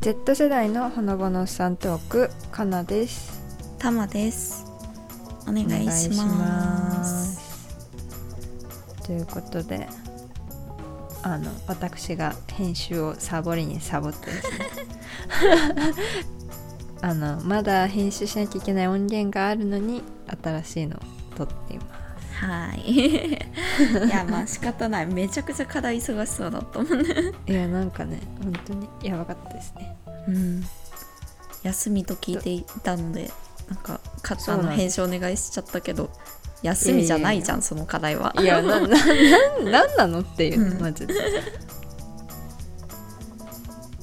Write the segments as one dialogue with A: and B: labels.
A: Z 世代のほのぼのさんトークかなです
B: たまですお願いします
A: ということであの私が編集をサボりにサボってですね あのまだ編集しなきゃいけない音源があるのに新しいのを撮っています
B: はい いやまあ仕方ないめちゃくちゃ課題忙しそうだったもんね
A: いやなんかね本当にやばかったですね
B: うん休みと聞いていたのでなんかか
A: そ
B: あ
A: うなん
B: の
A: です
B: 編集お願いしちゃったけど休みじゃないじゃんその課題はい
A: やな なななんなのっていう
B: う
A: の
B: ん
A: マジで、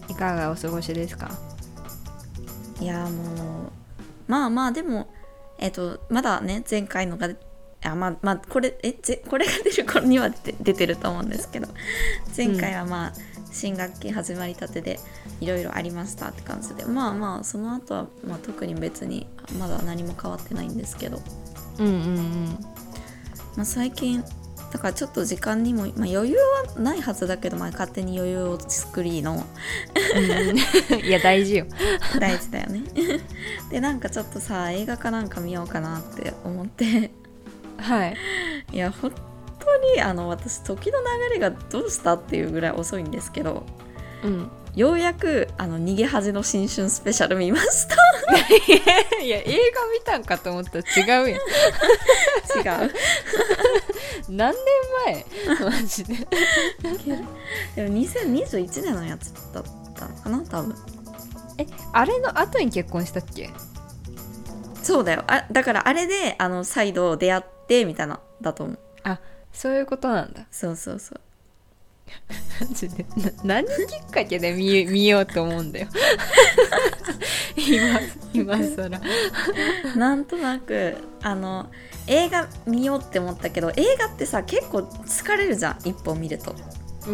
A: いかがお過ごしですか
B: いやもうまあまあでもえっ、とまだね前回のがあまあまあこれえぜこれが出る頃には出て出てると思うんですけど前回はまあ、新学期始まりたてでいろいろありましたって感じでまあまあその後はまあ特に別にまだ何も変わってないんですけど、
A: うんうんうん
B: まあ、最近だからちょっと時間にも、まあ、余裕はないはずだけど、まあ、勝手に余裕を作りの
A: うん いや大事よ。
B: 大事だよね でなんかちょっとさ映画かなんか見ようかなって思って
A: はい。
B: いや本当にあの私時の流れがどうしたっていうぐらい遅いんですけど
A: うん。
B: ようやくあの逃げ恥の新春スペシャル見ました
A: いや映画見たんかと思ったら違うやん。
B: 違う
A: 何年前？マジで。
B: でも2021年のやつだったのかな多分
A: えあれの後に結婚したっけ？
B: そうだよあだからあれであの再度出会ってみたいなだと思う
A: そういうことなんだ。
B: そうそうそう
A: マジで。な何きっかけで見見ようと思うん だよ。今今更。
B: なんとなくあの映画見ようって思ったけど映画ってさ結構疲れるじゃん一本見ると。
A: うー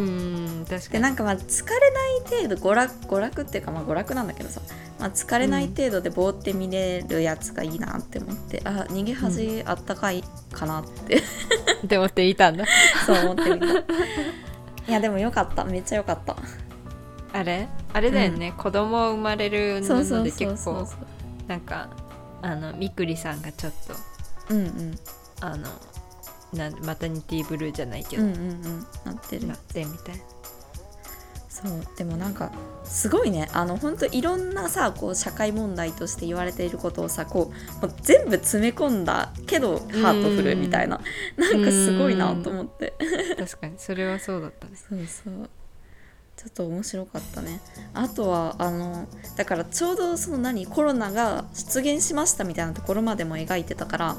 A: ん確か
B: で
A: に。
B: なんかまあ疲れない程度娯楽娯楽っていうかまあ娯楽なんだけどさ、まあ、疲れない程度でぼーって見れるやつがいいなって思って、あ逃げ恥あったかいかなって、
A: って思っていたんだ。
B: そう思ってみ た。いやでもよかっためっちゃよかった。
A: あれあれだよね、子供生まれる
B: そ
A: の
B: うそう
A: で
B: そう
A: 結
B: そ
A: 構
B: う。
A: なんかあのみくりさんがちょっと。
B: うんうん
A: あのなマタニティブルーじゃないけ
B: う
A: ど、
B: んうんうんなってる
A: なってみたい
B: そうでもなんかすごいねあの本当いろんなさこう社会問題として言われていることをさこうもう全部詰め込んだけどハートフルみたいななんかすごいなと思って
A: な確かにそれはそうだったね
B: そうそうちょっと面白かったねあとはあのだからちょうどその何コロナが出現しましたみたいなところまでも描いてたから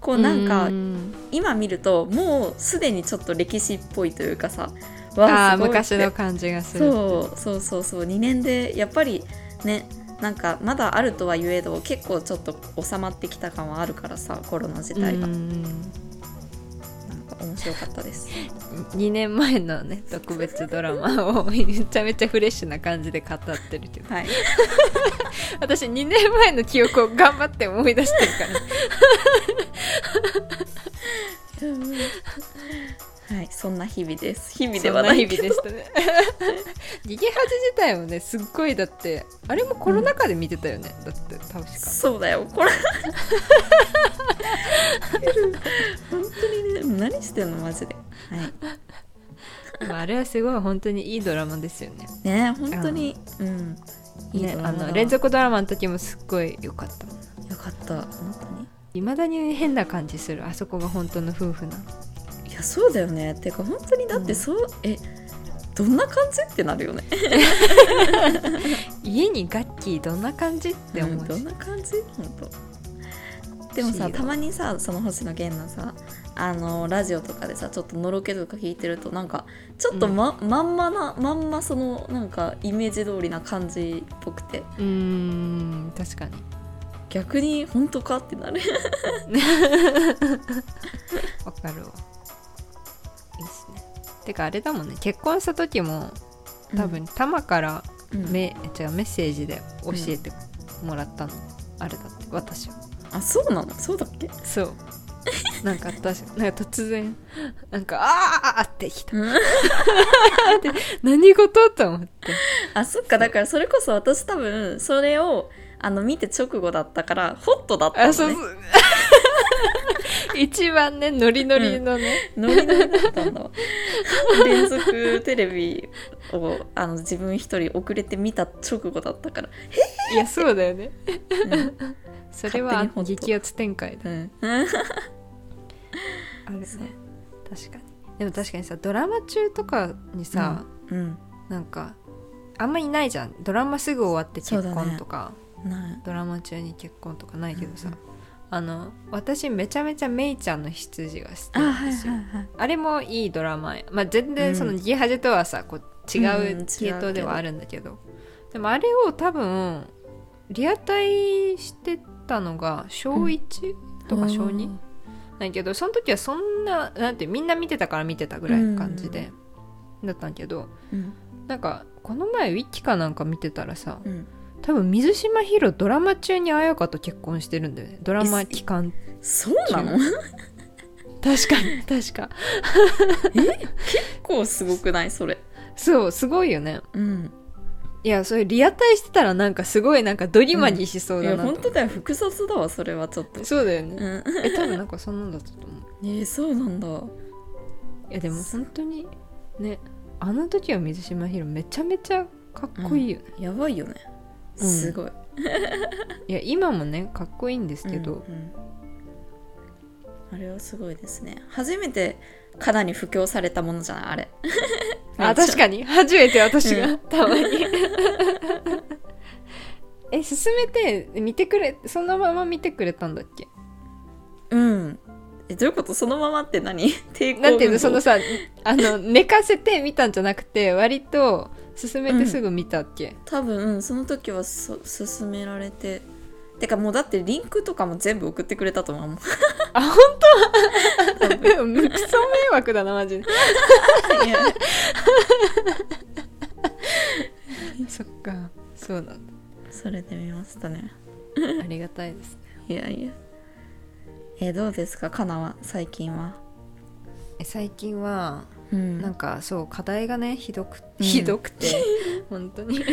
B: こうなんか
A: うん
B: 今見るともうすでにちょっと歴史っぽいというかさわ
A: ああ
B: すごいって
A: 昔の感じがする
B: そうそうそうそう2年でやっぱりねなんかまだあるとは言えど結構ちょっと収まってきた感はあるからさコロナ自体が、
A: うん
B: なんか面白かったです
A: 2年前のね特別ドラマをめちゃめちゃフレッシュな感じで語ってるけど
B: はい
A: 私2年前の記憶を頑張って思い出してるから
B: はいそんな日々です日々で
A: そん
B: は
A: な
B: ない
A: 日
B: け
A: 々
B: ど
A: でしたね逃げ恥自体もねすっごいだってあれもコロナ禍で見てたよね、だって確か
B: そうだよこれ本当にね何してんのマジで、はい、
A: まああれはすごい本当にいいドラマですよね
B: ね本当にうんいい
A: ね
B: ド、ラ
A: あ
B: マだわ
A: の連続ドラマの時もすっごい良かった
B: よかった本当に
A: いまだに変な感じするあそこが本当の夫婦なの
B: いやそうだよねてか本当にだってそう、えどんな感じってなるよね
A: 家にガッキーどんな感じって思
B: うん
A: う
B: どん
A: し、
B: な感じ本当でも
A: 不思
B: さ
A: 議だ
B: たまにさその星野源のさあのラジオとかでさちょっとのろけとか聞いてるとなんかちょっとま,、まんまなまんまそのなんかイメージ通りな感じっぽくて
A: うーん確かに
B: 逆に本当かってなる
A: わかるわいいっすねてかあれだもんね結婚した時も多分タマから
B: うん、うん
A: メ,、違うメッセージで教えてもらったの、あれだって私は
B: あそうなのそうだっけ
A: そうなんか私なんか突然なんかあーってきた
B: うん
A: で何事と思って
B: あそっかだからそれこそ私多分それをあの見て直後だったからホットだった
A: あ
B: の
A: そう
B: ね
A: そう一番ねノリノリのね、
B: ノリノリだったんだわ連続テレビをあの自分一人遅れて見た直後だったから
A: いやそうだよね
B: うん
A: それ
B: 勝手
A: は
B: に本当
A: 激アツ展開だ
B: うん
A: あるね
B: そう
A: 確かにでも確かにさドラマ中とかにさ、
B: うん
A: なんかあんまいないじゃんドラマすぐ終わって結
B: そうだね
A: 婚とか、
B: な
A: ドラマ中に結婚とかないけどさ、
B: うんうん
A: あの私めちゃめちゃメイちゃんの羊が好き
B: あ
A: なん
B: はい
A: です
B: は
A: よ
B: いはい
A: あれもいいドラマや、まあ、全
B: う
A: 然
B: ん
A: そのギハジとはさこう違
B: うん違う
A: う
B: け
A: 系
B: ど
A: 統ではあるんだけど,、でもあれを多分リアタイしてたのが小1、とか小 2? なんやけどその時はそんななんてみんな見てたから見てたぐらいの感じで、だったんけど
B: うん
A: なんかこの前ウィキかなんか見てたらさ
B: うん
A: 多分水島ヒロドラマ中に彩香と結婚してるんだよねドラマ期間
B: そうなの結
A: 確かに確か
B: 構すごくないそれ
A: そうすごいよね
B: うん
A: いやそれリアタイしてたらなんかすごいなんかドリマにしそう
B: い
A: だ
B: や
A: なと思
B: 本
A: って、
B: 当だよ複雑だわそれはちょっと
A: そうだよね
B: うん
A: え多分なんかそんなんだったと思う
B: えーそうなんだ
A: いやでも本当にねあの時は水島ヒロめちゃめちゃかっこいいよね、
B: やばいよね
A: うん
B: すごい
A: いや今もねかっこいいんですけど、
B: うんうんあれはすごいですね初めてかなり布教されたものじゃないあれ
A: あ確かに初めて私が、
B: う
A: たまに え進めて見てくれそのまま見てくれたんだっけ
B: うんえどういうことそのままって 何抵抗
A: なんていうの
B: 運動
A: そのさあの寝かせて見たんじゃなくて割と進めてすぐ見たっけ、
B: 多分、うん、その時はそ勧められててかもうだってリンクとかも全部送ってくれたと思うもん
A: あ本 当クソ迷惑だなマジで
B: いや
A: そっかそうなんだ
B: それで見ましたね
A: ありがたいですね
B: いやいやえどうですかかなは最近は
A: え最近は
B: うん
A: なんかそう課題がねひどく
B: うん
A: ひどくて、 本当に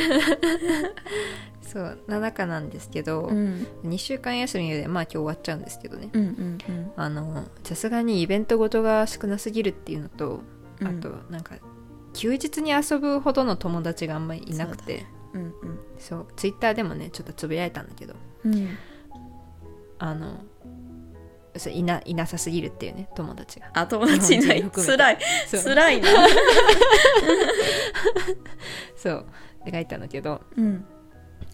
A: そうな中なんですけど、
B: うん
A: 2週間休みでまあ今日終わっちゃうんですけどね
B: うんうんうん
A: あのさすがにイベントごとが少なすぎるっていうのと、
B: うん
A: あとなんか休日に遊ぶほどの友達があんまりいなくて
B: うんうん
A: そう,、ツイッターでもねちょっとつぶやいたんだけど
B: うん
A: あのそういないなさすぎるっていうね友達が
B: あ友達いな
A: 日
B: い
A: 本人含めて
B: 辛い
A: そう
B: 辛いな
A: そうって書いたんだけど
B: うん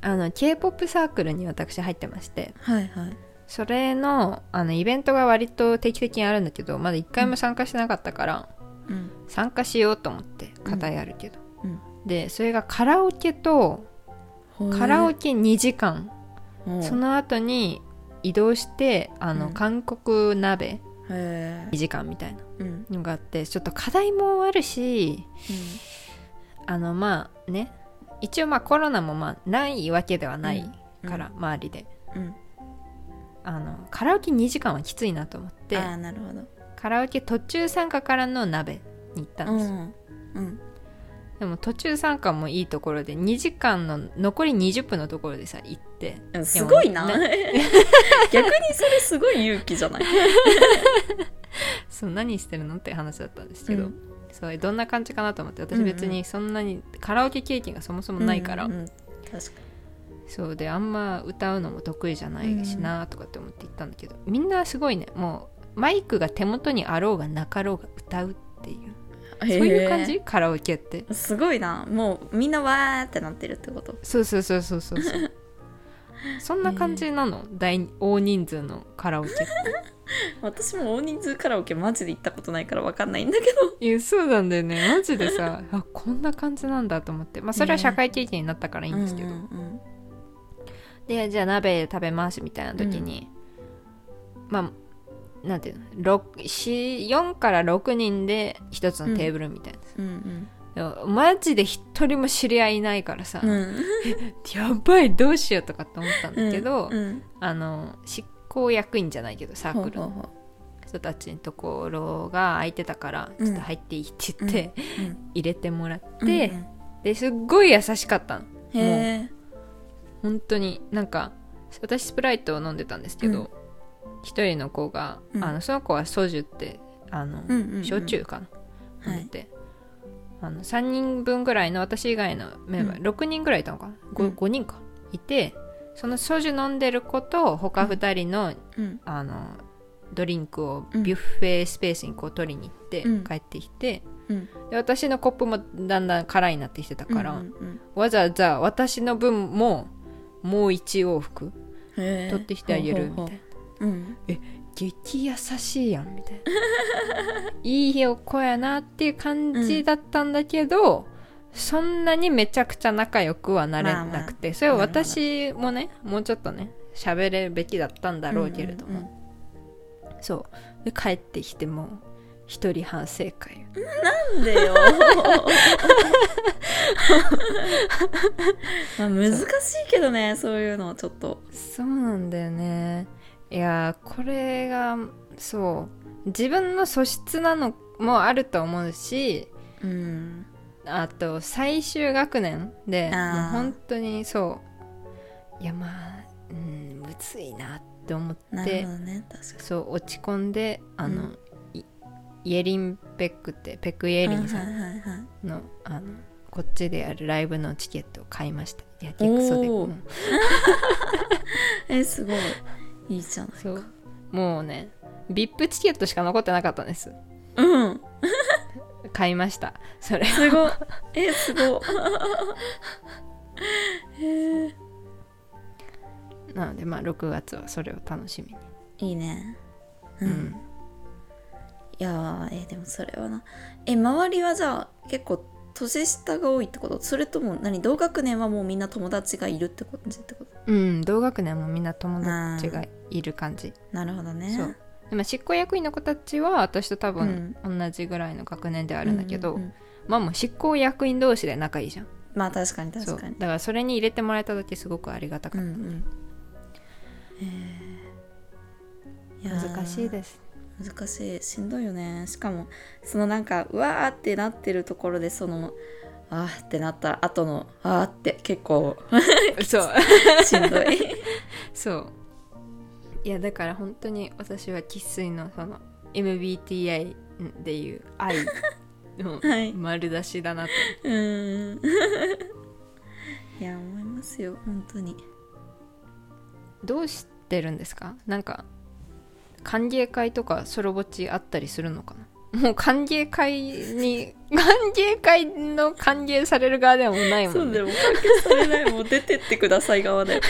A: あの k p o p サークルに私入ってまして
B: はいはい
A: それのあのイベントが割と定期的にあるんだけどまだ1回も参加してなかったから、
B: うん
A: 参加しようと思って課題あるけど、
B: うん
A: でそれがカラオケとカラオケ2時間、
B: うん
A: その後に移動してあの、
B: うん
A: 韓国鍋
B: へ
A: 2時間みたいな
B: えうん
A: のがあってちょっと課題もあるしあのまあね一応まあコロナもまあないわけではないから、周りで
B: うん
A: あのカラオケ2時間はきついなと思って
B: ああなるほど
A: カラオケ途中参加からの鍋に行ったんですよ、
B: うん
A: でも途中参加もいいところで2時間の残り20分のところでさ行って
B: うんすごいな
A: で
B: 逆
A: も
B: にそれすごい勇気じゃない
A: そう何してるのって話だったんですけど、
B: う
A: そうどんな感じかなと思って
B: うん
A: 私
B: うん
A: 別にそんなにカラオケ経験がそもそもないから、
B: うんうん確か
A: そうであんま歌うのも得意じゃないしなとかって思って行ったんだけど、みんなすごいねもうマイクが手元にあろうがなかろうが歌うっていう
B: に
A: そういう感
B: へ
A: じカラオケって
B: えすごいなもうみんなわーってなってるってこと
A: そうそうそうそうそうそう そんな感じなの、大大人数のカラオケって
B: 私も大人数カラオケマジで行ったことないからわかんないんだけど
A: いやそうなんだよねマジでさあこんな感じなんだと思ってまあそれは社会経験になったからいいんですけど、
B: うんうん
A: でじゃあ鍋食べますみたいな時に、まあなんていうの6 4 4から6人で一つのテーブルみたいな、
B: うん
A: でもマジで一人も知り合いいないからさ、
B: うんうん
A: やばいどうしようとかって思ったん
B: う
A: だ
B: ん
A: けど、
B: うん
A: あの執行役員じゃないけどサー
B: ほう
A: クル
B: ほう
A: の
B: ほ
A: 人たちのところが空いてたからちょっと入っていいって言って、入れてもらって、ですっごい優しかったの
B: うん、へえ
A: 本当になんか私スプライトを飲んでたんですけ
B: う
A: ど一、人の子が、
B: うん
A: あのその子はソジュってあの、
B: うんうんうん
A: 焼酎かな、
B: はい
A: 飲んでてあの3人分ぐらいの私以外のメンバー、
B: う
A: 6人ぐらいいたのかな 5,、
B: うん
A: 五人かいてそのソジュ飲んでる子と他2人の,、
B: うん
A: あのドリンクを
B: うん
A: ビュッフェスペースにこう取りに行って
B: うん
A: 帰ってきて、
B: うん
A: で私のコップもだんだん空になってきてたから、
B: うんうん
A: わざわざ私の分ももう1往復
B: うんへえ
A: 取ってきてあげるみたいな、
B: ほうほうほううん
A: 激優しいやんみたいな いいお子やなっていう感じだったんだけど、そんなにめちゃくちゃ仲良くはなれなくて、それは私もねもうちょっとね喋れるべきだったんだろうけれども、
B: うんうん
A: そうで帰ってきてもう一人反省会
B: なんで よまあ難しいけどねそういうのちょっと
A: そうなんだよねいやーこれがそう自分の素質なのもあると思うし
B: うん
A: あと最終学年で
B: あー
A: もう本当にそういやまあうんむずいなって思っ
B: なる
A: て
B: ほどね確か
A: そう落ち込んであの、
B: うん
A: いイエリンペックってペックイエ
B: に
A: リンさん
B: はいはいはいはい
A: の,、あのこっちでやるライブのチケットを買いましたいや結構そうで、う
B: おー
A: ん
B: えすごいいいじゃない
A: そうもうね VIP チケットしか残ってなかったんです
B: うん
A: 買いましたそれ
B: すごい えすごいへえ
A: なのでまあ6月はそれを楽しみに
B: いいね
A: う、
B: うんんいやーえでもそれはなえ周りはじゃあ結構年下が多いってことそれとも何同学年はもうみんな友達がいるって感じってこと
A: うん同学年もみんな友達がいる感じ
B: なるほどね
A: そうでも執行役員の子たちは私と多分同じぐらいの学年ではあるんだけど、
B: うううん
A: まあもう執行役員同士で仲いいじゃん
B: まあ確かに
A: そう
B: 確か
A: だ
B: に
A: からそれに入れてもらえた時すごくありがたか
B: う
A: っ
B: ん
A: た、
B: うんえーいやー
A: 難しいです
B: 難しいしんどいよねしかもそのなんかうわーってなってるところでそのあーってなった後のあーって結構
A: そう
B: しんどい
A: そういやだから本当に私は生粋のその MBTI でいう愛の
B: はい
A: 丸出しだなと
B: うーんいや思いますよ本当に
A: どうしてるんですかなんか歓迎会とかソロぼっちあったりするのかなもう歓迎会に 歓迎会の歓迎される側ではもうないもんね
B: よも関係されないもう出てってください側だよ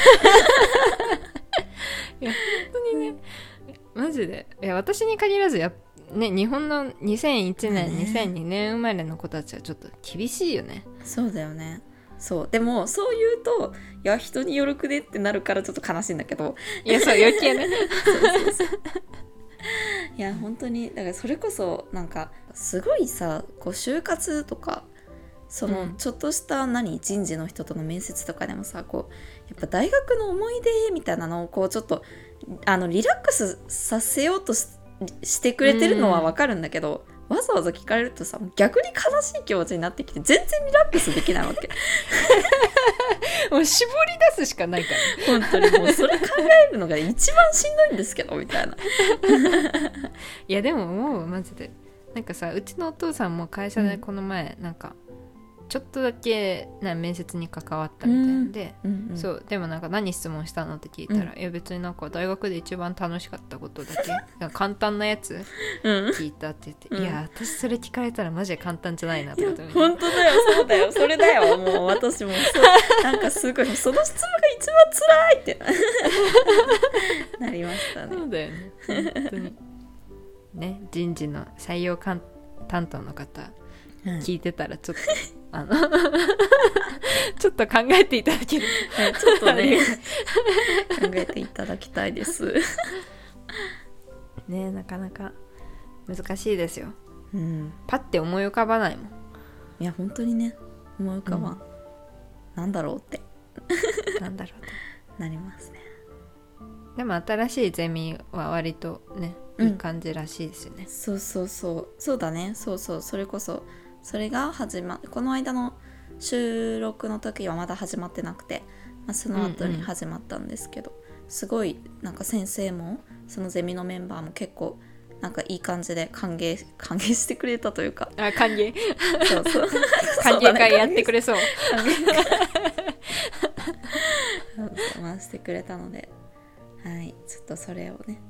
A: マジでいや私に限らずやっね日本の2001年、
B: ね
A: 2002年生まれの子たちはちょっと厳しいよね
B: そうだよねそうでもそう言うといや人によろくねってなるからちょっと悲しいんだけど
A: いやそう余計ね
B: いや本当にだからそれこそなんかすごいさこう就活とかそ
A: うん
B: のちょっとした何人事の人との面接とかでもさこうやっぱ大学の思い出みたいなのをこうちょっとあのリラックスさせようとししてくれてるのはわかるんだけど、わざわざ聞かれるとさ逆に悲しい気持ちになってきて全然リラックスできないわけ
A: もう絞り出すしかないから
B: 本当 にもうそれ考えるのが一番しんどいんですけどみたいな。
A: いやでももうマジでなんかさうちのお父さんも会社でこの前、なんかちょっとだけな面接に関わったみたいなんで、
B: うんうん
A: そうでもなんか何質問したのって聞いたら、
B: う
A: いや別になんか大学で一番楽しかったことだ けなんか簡単なやつ
B: うん
A: 聞いたって言って、
B: うん
A: いや私それ聞かれたらマジで簡単じゃないなと思って
B: 本当だよそうだよそれだよもう私もそうなんかすごいその質問が一番辛いってなりましたね
A: そうだよね本当に ね人事の採用かん担当の方
B: うん
A: 聞いてたらちょっと、あの ちょっと考えていただける
B: はいちょっと
A: あり
B: ね考えていただきたいです
A: ねなかなか難しいですよ
B: うん
A: パッて思い浮かばないもん
B: いや本当にね思い浮かばん、なんだろうって
A: なんだろう
B: なりますね
A: とでも新しいゼミは割とね
B: うん
A: いい感じらしいですよね、
B: そうそうそうそうだねそうそうそれこそそれが始まこの間の収録の時はまだ始まってなくて、まあ、その後
A: うんう
B: に
A: ん
B: 始まったんですけど、すごいなんか先生もそのゼミのメンバーも結構なんかいい感じで歓迎 歓迎してくれたというか
A: あ歓迎
B: そうそう
A: 歓
B: そうだ
A: 迎
B: ね
A: 会やってくれそう
B: 歓迎会そう回してくれたのではいちょっとそれをね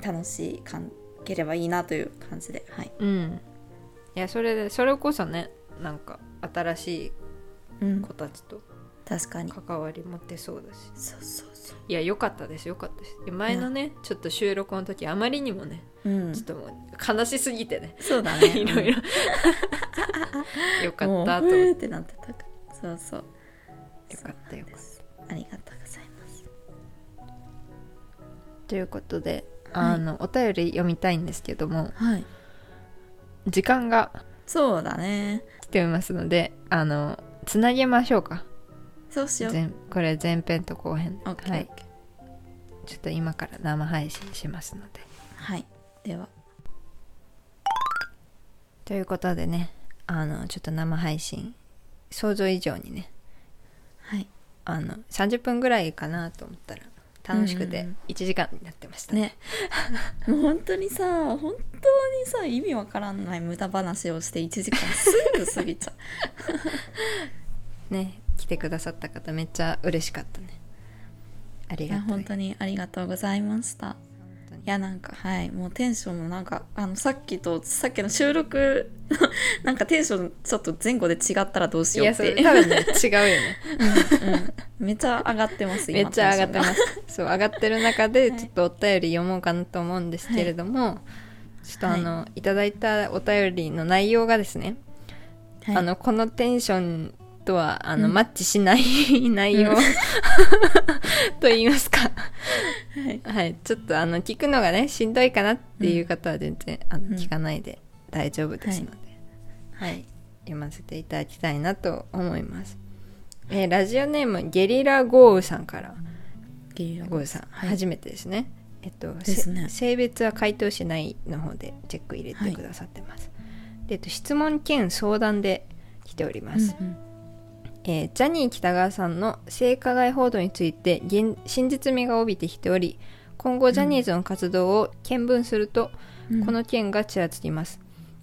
B: た楽しいかんければいいなという感じではい。
A: うんいやそれでそれこそねなんか新し
B: うん
A: い子たちと
B: 確かに
A: 関わり持ってそうだし
B: そうそうそ
A: いや良かったです良かったですで前のねちょっと収録の時あまりにもね
B: う、うん
A: ちょっ、ともう悲しすぎてね
B: そう だね
A: いろいろ 良か
B: もう
A: ったと
B: う
A: 思っ
B: ーってなってたからそうそう
A: てよかったよ
B: そうですありがとうございます
A: ということであの、お便り読みたいんですけども
B: はい
A: 時間が
B: そうだね
A: 来ていますのであのつなげましょうか
B: そうしよう
A: 前これ前編と後編
B: OK
A: はいちょっと今から生配信しますので
B: はいでは
A: ということでねあのちょっと生配信想像以上にね
B: はい
A: あの30分ぐらいかなと思ったら楽しく
B: う
A: て
B: んうん
A: 1時間になってました、
B: ねもう本当にさ本当にさ意味わからんない無駄話をして1時間すぐ過ぎち ゃう
A: ね来てくださった方めっちゃ嬉しかったねあり
B: い
A: が
B: や
A: とう
B: 本当にありがとうございましたいやなんかはいもうテンションもなんかあのさっきとさっきの収録のなんかテンションちょっと前後で違ったらどうし
A: い
B: よう
A: や
B: っ
A: そ
B: て
A: れ多分 ね違うよね
B: うんめっちゃ上がってます
A: めっちゃ上がってますす そう上がってる中でちょっとお便り読もうかなと思うんですけれども、ちょっとあの、い、ただいたお便りの内容がですね、あのこのテンションとはあの、
B: うん
A: マッチしない 内容、
B: うん
A: と言いますか
B: はい
A: はいちょっとあの聞くのがねしんどいかなっていう方は全然、あ
B: うん
A: の聞かないで大丈夫ですので、
B: はい
A: 読ませていただきたいなと思います、えーラジオネームゲリラ豪雨さんから
B: ゲリラ
A: ゴーさん、
B: はい
A: 初めてですね。えっと、
B: ですね
A: せ性別は回答しないの方でチェック入れてくださってます。で、えっと、質問兼相談で来ております。
B: うんうん
A: えージャニー喜多川さんの性加害報道について現真実味が帯びてきており、今後ジャニーズの活動を見聞すると、
B: うん
A: この件がちらつきます。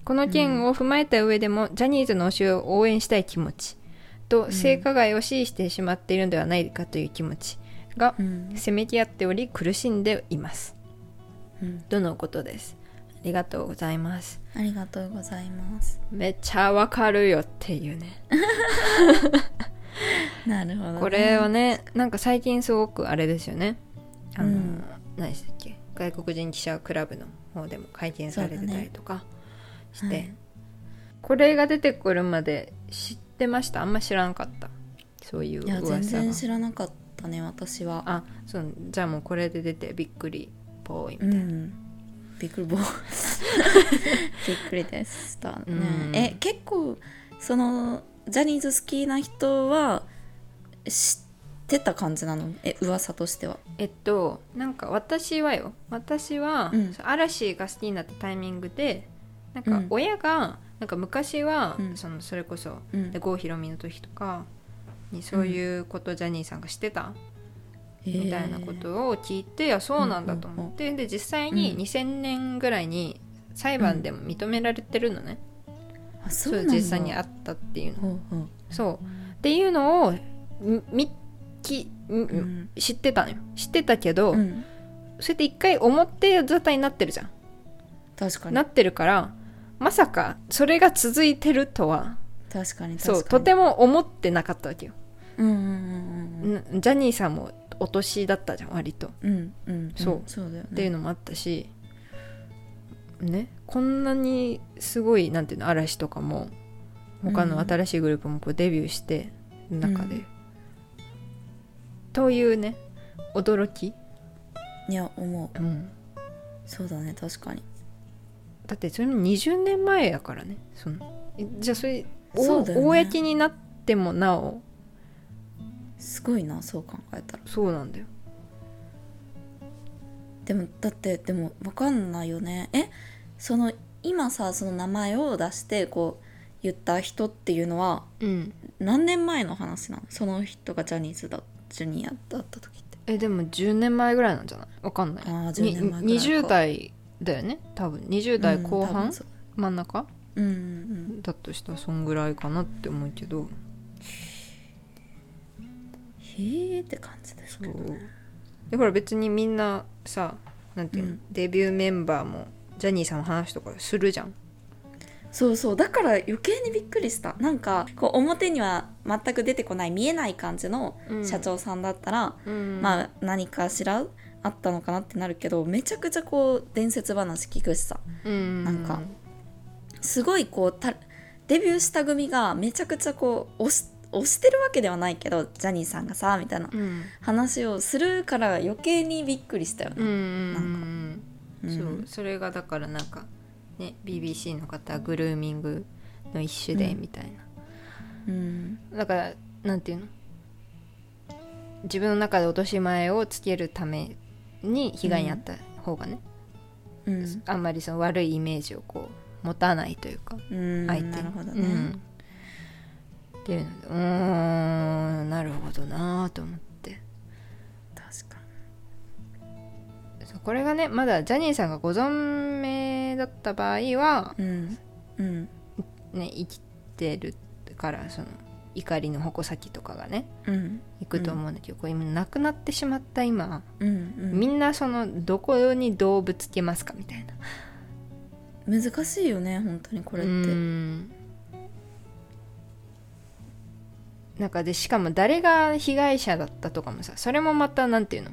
A: この件を踏まえた上でも、ジャニーズの推しを応援したい気持ちと、性加害を支持してしまっているのではないかという気持ちが
B: うん
A: せめぎ合っており苦しんでいます
B: うん
A: とのことですありがとうございます
B: ありがとうございます
A: めっちゃわかるよっていうね
B: なるほどね
A: これはねなんか最近すごくあれですよねあの、
B: うん
A: 何でしたっけ外国人記者クラブの方でも会見されてたりとかして、
B: はい
A: これが出てくるまで知ってましたあんま知らなかったそういう
B: いや全
A: 噂が
B: 然知らなかったね私は
A: あそうじゃあもうこれで出てびっくりぽいみた
B: う
A: いな、
B: んびっくりぼ びっくりでしたね、
A: うん
B: え結構そのジャニーズ好きな人は知ってた感じなのえ噂としては
A: えっとなんか私はよ私は、
B: うん
A: 嵐が好きになったタイミングでなんか
B: うん
A: 親が、なんか昔は、
B: うん
A: そのそれこそ
B: うん
A: で郷ひろみの時とかにそういうことジャニーさんがしてたみたいなこ
B: えー
A: とを聞いて、いやそうなんだと思って、で実際
B: う
A: に
B: ん
A: 2000年ぐらいに裁判でも認められてるのね、
B: あ
A: そ
B: そ
A: うう
B: なんだ
A: 実際にあったっていうの
B: ほうほう
A: そうっていうのをみみき、み
B: うん
A: 知ってたのよ知ってたけど、
B: うん
A: それって一回表沙汰になってるじゃん、
B: 確かに
A: なってるからまさかそれが続いてるとは
B: 確かに確かに
A: そうとても思ってなかったわけよ、
B: うんうん
A: んジャニーさんもお年だったじゃん割と、っ
B: うんうんうんうん
A: そう
B: そうだよね
A: ていうのもあったしねこんなにすごいなんていうの嵐とかも他の新しいグループもこうデビューしてる中で、
B: うん
A: というね驚き、
B: いや思う
A: うん、
B: そうだね確かに
A: だってそれも20年前やからねそのえじゃあそれお
B: そうだよね
A: 公になってもなお
B: すごいなそう考えたら
A: そうなんだよ
B: でもだってでも分かんないよねえその今さその名前を出してこう言った人っていうのは
A: うん
B: 何年前の話なのその人がジャニーズだジュニアだった時って
A: えでも10年前ぐらいなんじゃないわかんない
B: あー10年前ぐらい
A: に
B: か
A: 20代だよね多分20代後
B: うん多
A: 半、
B: 分そう
A: 真ん中
B: うんうん
A: だとしたらそんぐらいかなって思うけど
B: へえって感じです
A: そ
B: け
A: う
B: どね
A: でほら別にみんなさなんていうの、
B: うん
A: デビューメンバーもジャニーさんの話とかするじゃん
B: そうそうだから余計にびっくりしたなんかこう表には全く出てこない見えない感じの社長さんだったら、
A: あ
B: まあ何かしらあったのかなってなるけどめちゃくちゃこう伝説話聞くしさなんかすごいこうたデビューした組がめちゃくちゃこう押し押してるわけではないけどジャニーさんがさみたいな
A: うん
B: 話をするから余計にびっくりしたよ
A: うんう
B: ね。
A: ん
B: なん
A: うん
B: うん
A: そうそれがだからなんかね BBC の方はグルーミングの一種で
B: うん
A: みたいな、
B: うん
A: だからなんていうの自分の中で落とし前をつけるために被害に遭った方がね、
B: うん
A: あんまりその悪いイメージをこう持たないというか
B: うん、
A: 相手に
B: なるほど
A: う
B: ね
A: ん、っていうのでうーんなるほどなと思って
B: 確か
A: そうこれがねまだジャニーさんがご存命だった場合は、
B: にうんうん
A: ね、生きてるからその怒りの矛先とかがね
B: うん
A: 行くと思うんだけど、こう今亡くなってしまった今、
B: うん
A: みんなそのどこにどうぶつけますかみたいな
B: うん、難しいよね本当にこれって、
A: うんなんかでしかも誰が被害者だったとかもさそれもまたなんていうの、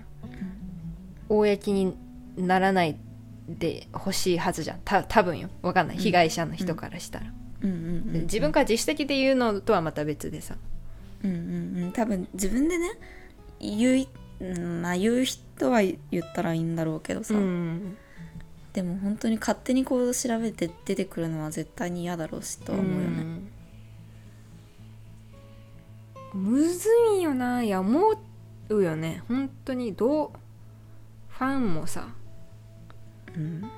A: 公にならないでほしいはずじゃんた多分よわかんない被害者の人からしたら、
B: うんうんうん、
A: 自分から自主的で言うのとはまた別でさ
B: うんうんうん多分自分でね言い、うんまあ、言う人は言ったらいいんだろうけどさ、
A: ん
B: でも本当に勝手にこう調べて出てくるのは絶対に嫌だろうしとは思うよね、
A: うんむずいよないや思うよね本当にどうファンもさ
B: うん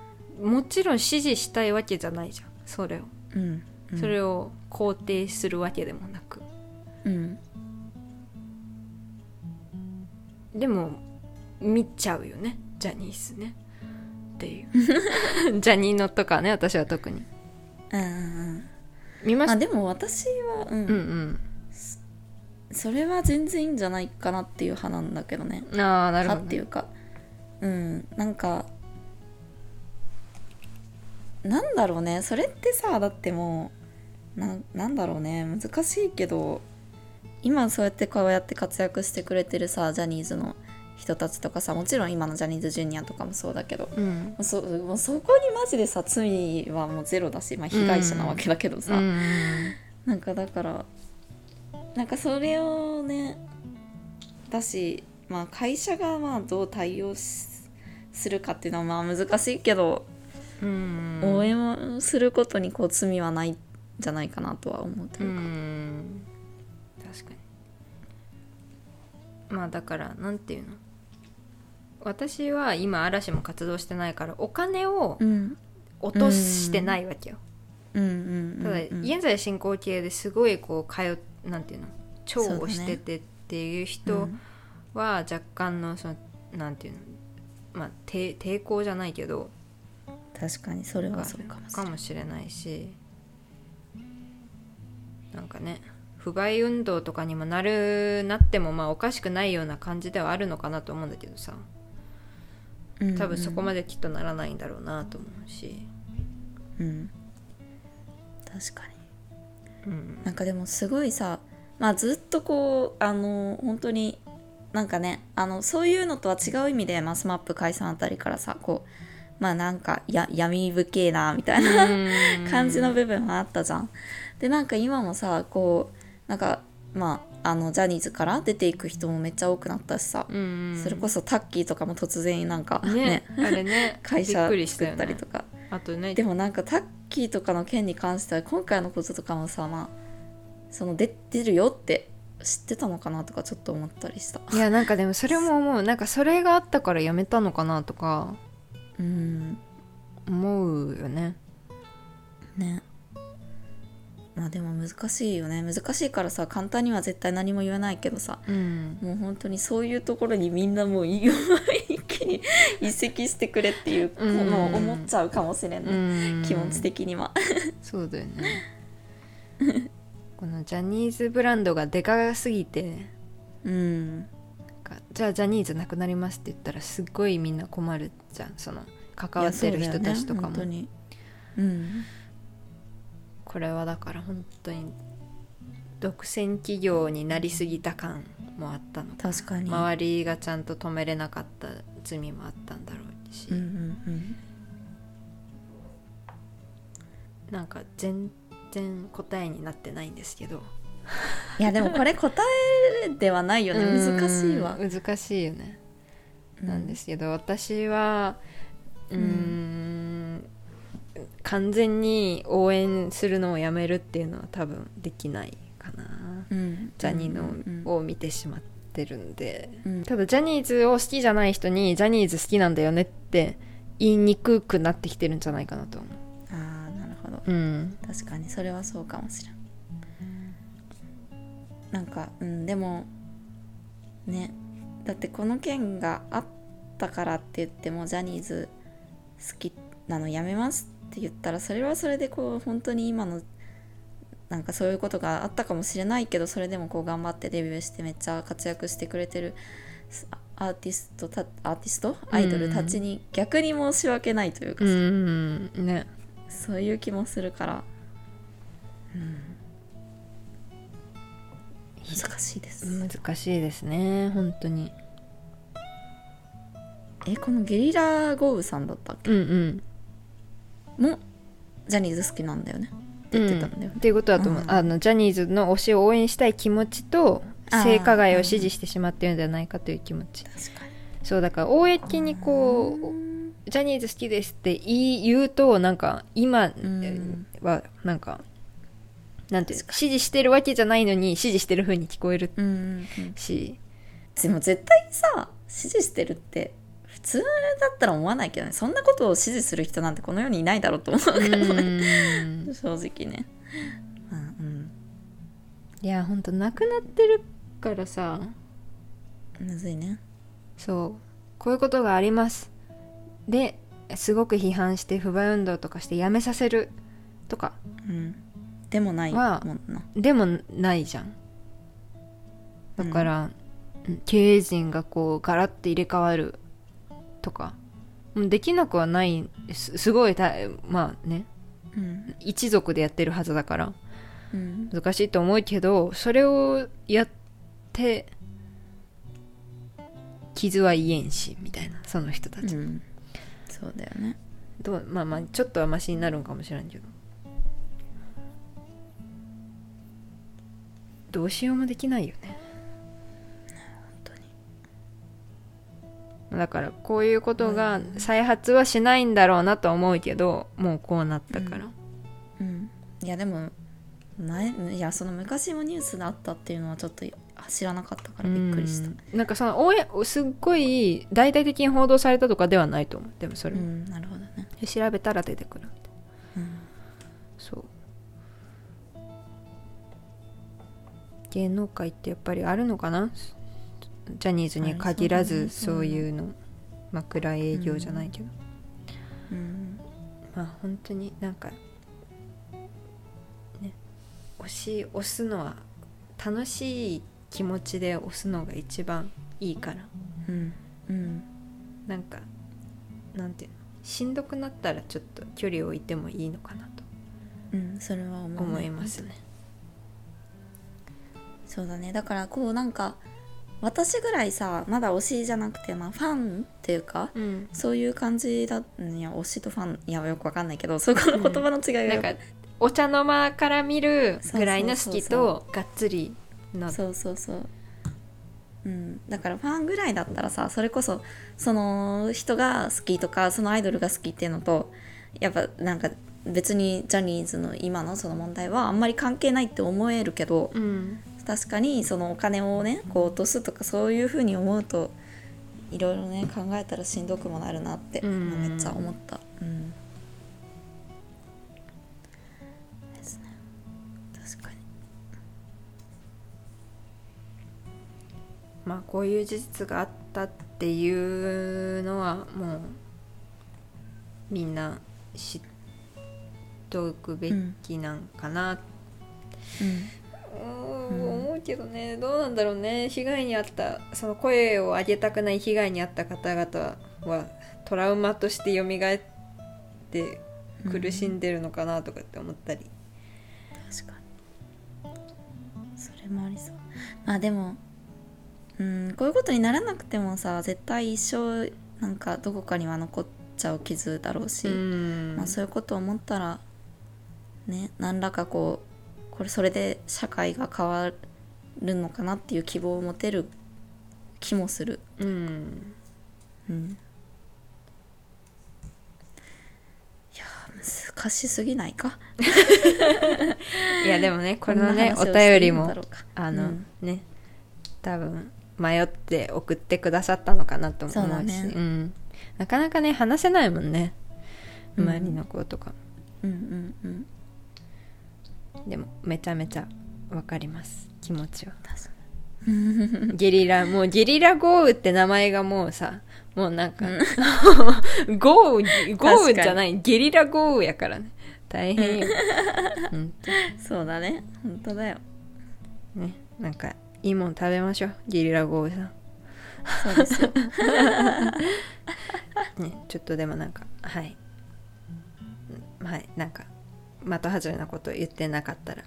A: もちろん支持したいわけじゃないじゃんそれを、
B: うんうん、
A: それを肯定するわけでもなく
B: うん
A: でも見ちゃうよねジャニーズねっていう ジャニーノとかね私は特に
B: うんうんうん
A: 見ま
B: ま
A: し
B: あ
A: た
B: でも私は、うん
A: うん
B: それは全然いいんじゃないかなっていう派なんだけどね
A: うんああなるほ
B: 派
A: ど、
B: ってい
A: ね、
B: うかうんなんかなんだろうねそれってさだってもうなんなんだろうね難しいけど今そうやってこうやって活躍してくれてるさジャニーズの人たちとかさもちろん今のジャニーズジュニアとかもそうだけど
A: うん
B: そもうそこにマジでさ罪はもうゼロだし、まあ、被害者なわけだけどさ、
A: うん
B: なんかだからなんかそれをねだし、まあ、会社がまあどう対応しするかっていうのはまあ難しいけど、
A: うん
B: 応援をすることにこう罪はないんじゃないかなとは思うと
A: う
B: いうか、
A: ん確かにまあだからなんていうの私は今嵐も活動してないからお金を
B: うん、
A: 落としてないわけよ、
B: うんうんうん
A: ただ
B: うん
A: 現在進行形ですごいこう通っなんていうの腸
B: そうだ
A: を
B: ね
A: しててっていう人は若干のそのなんていうのまあ抵抵抗じゃないけど
B: 確かにそれはそうかもしれ
A: か
B: ない
A: もしれないしなんかね不買運動とかにもなるなってもまあおかしくないような感じではあるのかなと思うんだけどさ
B: うんうん
A: 多分そこまできっとならないんだろうなと思うし、
B: うん確かに
A: うん、
B: なんかでもすごいさ、まあ、ずっとこうあの本当になんかねあのそういうのとは違う意味で、まあ、スマップ解散あたりからさこうまあなんかや闇深えなみたい な感じの部分はあったじゃん。でなんか今もさこうなんかまああのジャニーズから出ていく人もめっちゃ多くなったしさ、
A: 分
B: それこそタッキーとかも突然なんか
A: ね
B: ね
A: あれね
B: 会
A: びっ
B: 社
A: くりし
B: 作
A: よ
B: っ
A: ね
B: たりとか
A: あとね
B: でもなんかタッキーとかの件に関しては今回のこととかもさまあその出てるよって知ってたのかなとかちょっと思ったりした
A: いやなんかでもそれも思うなんかそれがあったからやめたのかなとか
B: うん
A: 思うよね
B: ねまあでも難しいよね難しいからさ簡単には絶対何も言えないけどさ
A: うん
B: もう本当にそういうところにみんなもう一気に移籍してくれっていう
A: うん
B: のを思っちゃうかもしれない、
A: うん
B: 気持ち的には
A: そうだよねこのジャニーズブランドがでかすぎて
B: うん
A: なんかじゃあジャニーズなくなりますって言ったらすっごいみんな困るじゃんその関わってる人たちとかも、
B: いやそうだよね本当にうん
A: これはだから本当に独占企業になりすぎた感もあったのか
B: 確かに、
A: 周りがちゃんと止めれなかった罪もあったんだろうし、
B: うんうん
A: なんか全然答えになってないんですけど
B: うんいやでもこれ答えではないよね
A: うん
B: 難しいわ
A: 難しいよね、なんですすけど私はうーん
B: う
A: 完全に応援するのをやめるっていうのは多分できないかな、
B: うん
A: ジャニ
B: うん
A: ーのを見てしまってるんで、
B: うん
A: 多分ジャニーズを好きじゃない人にジャニーズ好きなんだよねって言いにくくなってきてるんじゃないかなと思
B: ああなるほど
A: ううん
B: 確かにそれはそうかもしれんなんかうんでもねだってこの件があったからって言ってもジャニーズ好きなのやめますって言ったらそれはそれでこう本当に今のなんかそういうことがあったかもしれないけどそれでもこう頑張ってデビューしてめっちゃ活躍してくれてるアーティストたアーティストアイドルたちに逆に申し訳ないというか
A: う
B: さ
A: んね
B: そういう気もするから、うん、難しいです、
A: 難しいですね本当に
B: えこのゲリラ豪雨さんだったっけ
A: うんうん
B: もジャニーズ好きなんだよねって言ってたんだよね
A: っ、ていうことだと思う、
B: うん
A: あのジャニーズの推しを応援したい気持ちと
B: あー
A: 性加害を支持してしまっているんじゃないかという気持ち
B: 確かに
A: そうだから公にこうジャニーズ好きですって言い言うとなんか今
B: ん
A: はなんか、なんていう
B: 確
A: の支持してるわけじゃないのに支持してる風に聞こえる
B: うんうんうん
A: し
B: でも絶対さ支持してるって普通だったら思わないけどねそんなことを支持する人なんてこの世にいないだろうと思う
A: う
B: から、
A: ん
B: 正直ね、まあうん、
A: いやほんとなくなってるからさ
B: むずいね
A: そうこういうことがありますですごく批判して不買運動とかしてやめさせるとか
B: うんでもないもん
A: ま
B: な
A: あ、でもないじゃんだから、うん経営陣がこうガラッと入れ替わるとかうんできなくはないすすごいたまあね
B: うん
A: 一族でやってるはずだから
B: うん、
A: 難しいと思うけどそれをやって傷は癒えんしみたいなその人たち、
B: うん、そうだよね
A: どうまあまあちょっとはマシになるんかもしれんけどどうしようもできないよね
B: 当に
A: だからこういうことが再発はしないんだろうなとは思うけどもうこうなったから、
B: うん、いやでもないいやその昔もニュースであったっていうのはちょっと知らなかったからびっくりした
A: うんなんかその応援すっごい大々的に報道されたとかではないと思うでもそれ
B: うん、
A: も、
B: なるほどね、
A: 調べたら出てくるみたいな
B: うん、
A: そう芸能界ってやっぱりあるのかなジャニーズに限ら
B: あ
A: ず
B: りそ
A: そ
B: うだね
A: ういうの枕営業じゃないけど、
B: うん
A: まあ本当になんかね押し押すのは楽しい気持ちで押すのが一番いいから
B: うんうん
A: なんかなんていうのしんどくなったらちょっと距離を置いてもいいのかなと
B: うん、それは思う
A: 思いますね。
B: そうだねだからこうなんか私ぐらいさまだ推しじゃなくて、まあ、ファンっていうか
A: うん、
B: そういう感じだうんいや推しとファンいやよくわかんないけどそこの言葉の違いが
A: なん
B: よく、
A: かお茶の間から見るぐらいの
B: そ
A: 好
B: うそ
A: き
B: うそう
A: とがっつりの
B: そうそうそううん、だからファンぐらいだったらさそれこそその人が好きとかそのアイドルが好きっていうのとやっぱなんか別にジャニーズの今のその問題はあんまり関係ないって思えるけど
A: うん
B: 確かにそのお金をねこう落とすとかそういうふうに思うといろいろね考えたらしんどくもなるなって、
A: うん
B: まあめっちゃ思った。うんですね確かに
A: まあこういう事実があったっていうのはもうみんな知っておくべきなんかなってうーん
B: うん
A: 思うけどねどうなんだろうね被害に遭ったその声を上げたくない被害に遭った方々はトラウマとして蘇って苦しんでるのかなとかって思ったり、
B: 確かにそれもありそうまあでもうんこういうことにならなくてもさ絶対一生なんかどこかには残っちゃう傷だろうし、
A: うん
B: まあ、そういうことを思ったらね何らかこうこれそれで社会が変わるのかなっていう希望を持てる気もする
A: うん
B: うんいやー難しすぎないか
A: いやでもねこのね
B: こ
A: お
B: んな話をして
A: 便
B: いい
A: り
B: ん
A: も
B: だろうか
A: あの、
B: うん
A: ね多分迷って送ってくださったのかなとも
B: そう
A: 思
B: だ
A: うし
B: ね
A: ん、なかなかね話せないもんね
B: うん
A: 周りの子とか、
B: うんうんうん
A: でもめちゃめちゃわかります気持ちは
B: 確か
A: ゲリラ、もうゲリラ豪雨って名前がもうさ、もうなんか、 豪雨、豪雨じゃない、ゲリラ豪雨やからね。大変よ。うん、
B: にそうだね本当だよ
A: ね、なんか、いいもん食べましょう、ゲリラ豪雨さん。
B: そうですよ
A: ね、ちょっとでもなんか、はい。うんはい、なんか、的外れなこと言ってなかったら、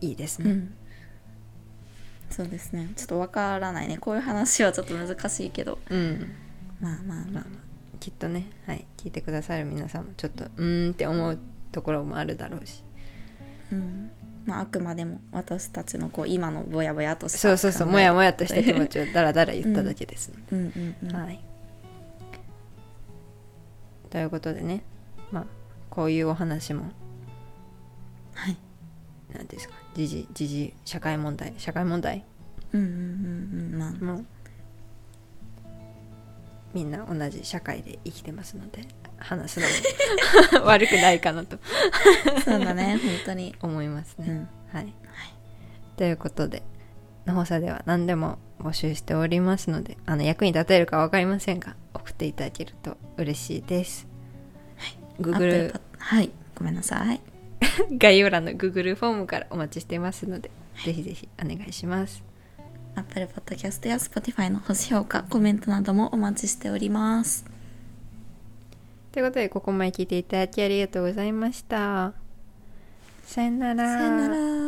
A: いいです
B: う
A: ね。
B: んそうですねちょっとわからないねこういう話はちょっと難しいけど
A: うん
B: まあま
A: ま
B: あま
A: あ
B: あ
A: まあきっとね、はい、聞いてくださる皆さんもちょっとうーんって思うところもあるだろうし
B: うんまあ、あくまでも私たちのこう今のぼやぼやとした
A: そうそうそう
B: 考え
A: もやもやとした気持ちをダラダラ言っただけです、ね
B: うんうんうん、
A: はいということでねまあこういうお話も
B: はい
A: 何ですか時事時事社会問題社会問題
B: うんうんうんうんまあ
A: もみんな同じ社会で生きてますので話すの も悪くないかなと
B: そう だね本当に
A: 思いますね、
B: うん
A: はい。ということで、のほさでは何でも募集しておりますので、あの役に立てるかわかりませんが、送っていただけると嬉しいです。
B: Apple
A: Google
B: パはいごめんなさい
A: 概要欄の Google フォームからお待ちしてますので、ぜひぜひお願いします。
B: Apple Podcast や Spotify の星評価コメントなどもお待ちしております
A: ということで、ここまで聞いていただきありがとうございました。さよな
B: さよなら